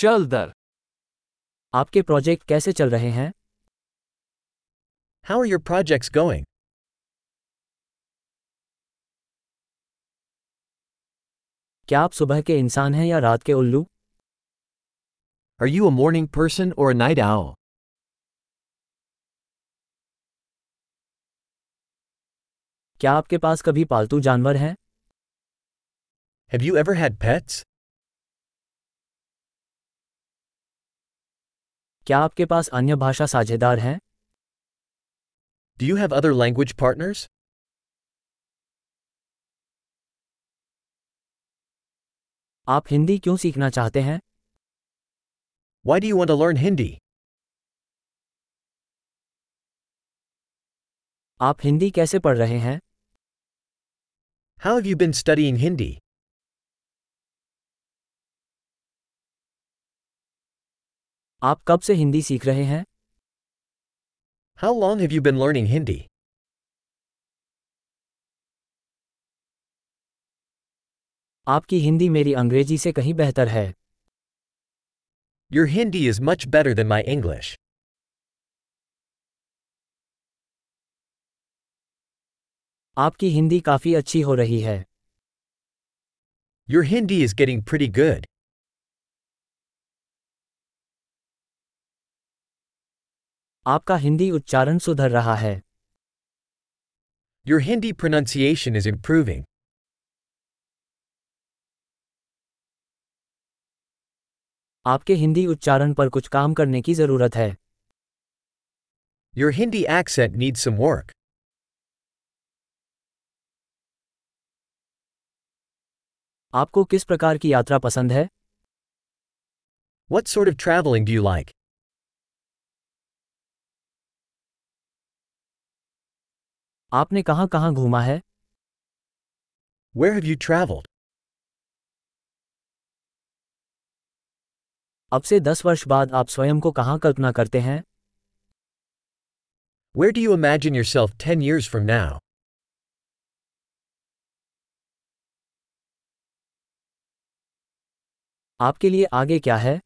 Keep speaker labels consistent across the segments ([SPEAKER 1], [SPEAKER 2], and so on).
[SPEAKER 1] चल दर
[SPEAKER 2] आपके प्रोजेक्ट कैसे चल रहे हैं
[SPEAKER 3] How are your projects going?
[SPEAKER 2] क्या आप सुबह के इंसान हैं या रात के उल्लू
[SPEAKER 3] Are you a morning person or a night owl?
[SPEAKER 2] क्या आपके पास कभी पालतू जानवर हैं
[SPEAKER 3] Have you ever had pets?
[SPEAKER 2] क्या आपके पास अन्य भाषा साझेदार हैं
[SPEAKER 3] Do you have other language partners?
[SPEAKER 2] आप हिंदी क्यों सीखना चाहते हैं
[SPEAKER 3] Why do you want to learn Hindi?
[SPEAKER 2] आप हिंदी कैसे पढ़ रहे हैं
[SPEAKER 3] How have you been studying Hindi?
[SPEAKER 2] आप कब से हिंदी सीख रहे हैं
[SPEAKER 3] How long have you been learning Hindi?
[SPEAKER 2] आपकी हिंदी मेरी अंग्रेजी से कहीं बेहतर है
[SPEAKER 3] Your Hindi is much better than my English.
[SPEAKER 2] आपकी हिंदी काफ़ी अच्छी हो रही है
[SPEAKER 3] Your Hindi is getting pretty good.
[SPEAKER 2] आपका हिंदी उच्चारण सुधर रहा है
[SPEAKER 3] Your Hindi pronunciation is improving.
[SPEAKER 2] आपके हिंदी उच्चारण पर कुछ काम करने की ज़रूरत है
[SPEAKER 3] Your Hindi accent needs some work.
[SPEAKER 2] आपको किस प्रकार की यात्रा पसंद है
[SPEAKER 3] What sort of traveling do you like?
[SPEAKER 2] आपने कहाँ कहाँ घूमा है
[SPEAKER 3] Where have you traveled?
[SPEAKER 2] अब से दस वर्ष बाद आप स्वयं को कहाँ कल्पना करते हैं
[SPEAKER 3] Where do you imagine yourself 10 years from now?
[SPEAKER 2] आपके लिए आगे क्या है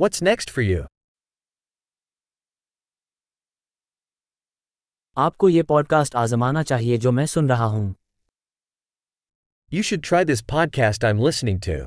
[SPEAKER 3] What's next for you?
[SPEAKER 2] आपको ये पॉडकास्ट आजमाना चाहिए जो मैं सुन रहा हूँ
[SPEAKER 3] You should try this podcast I'm listening to.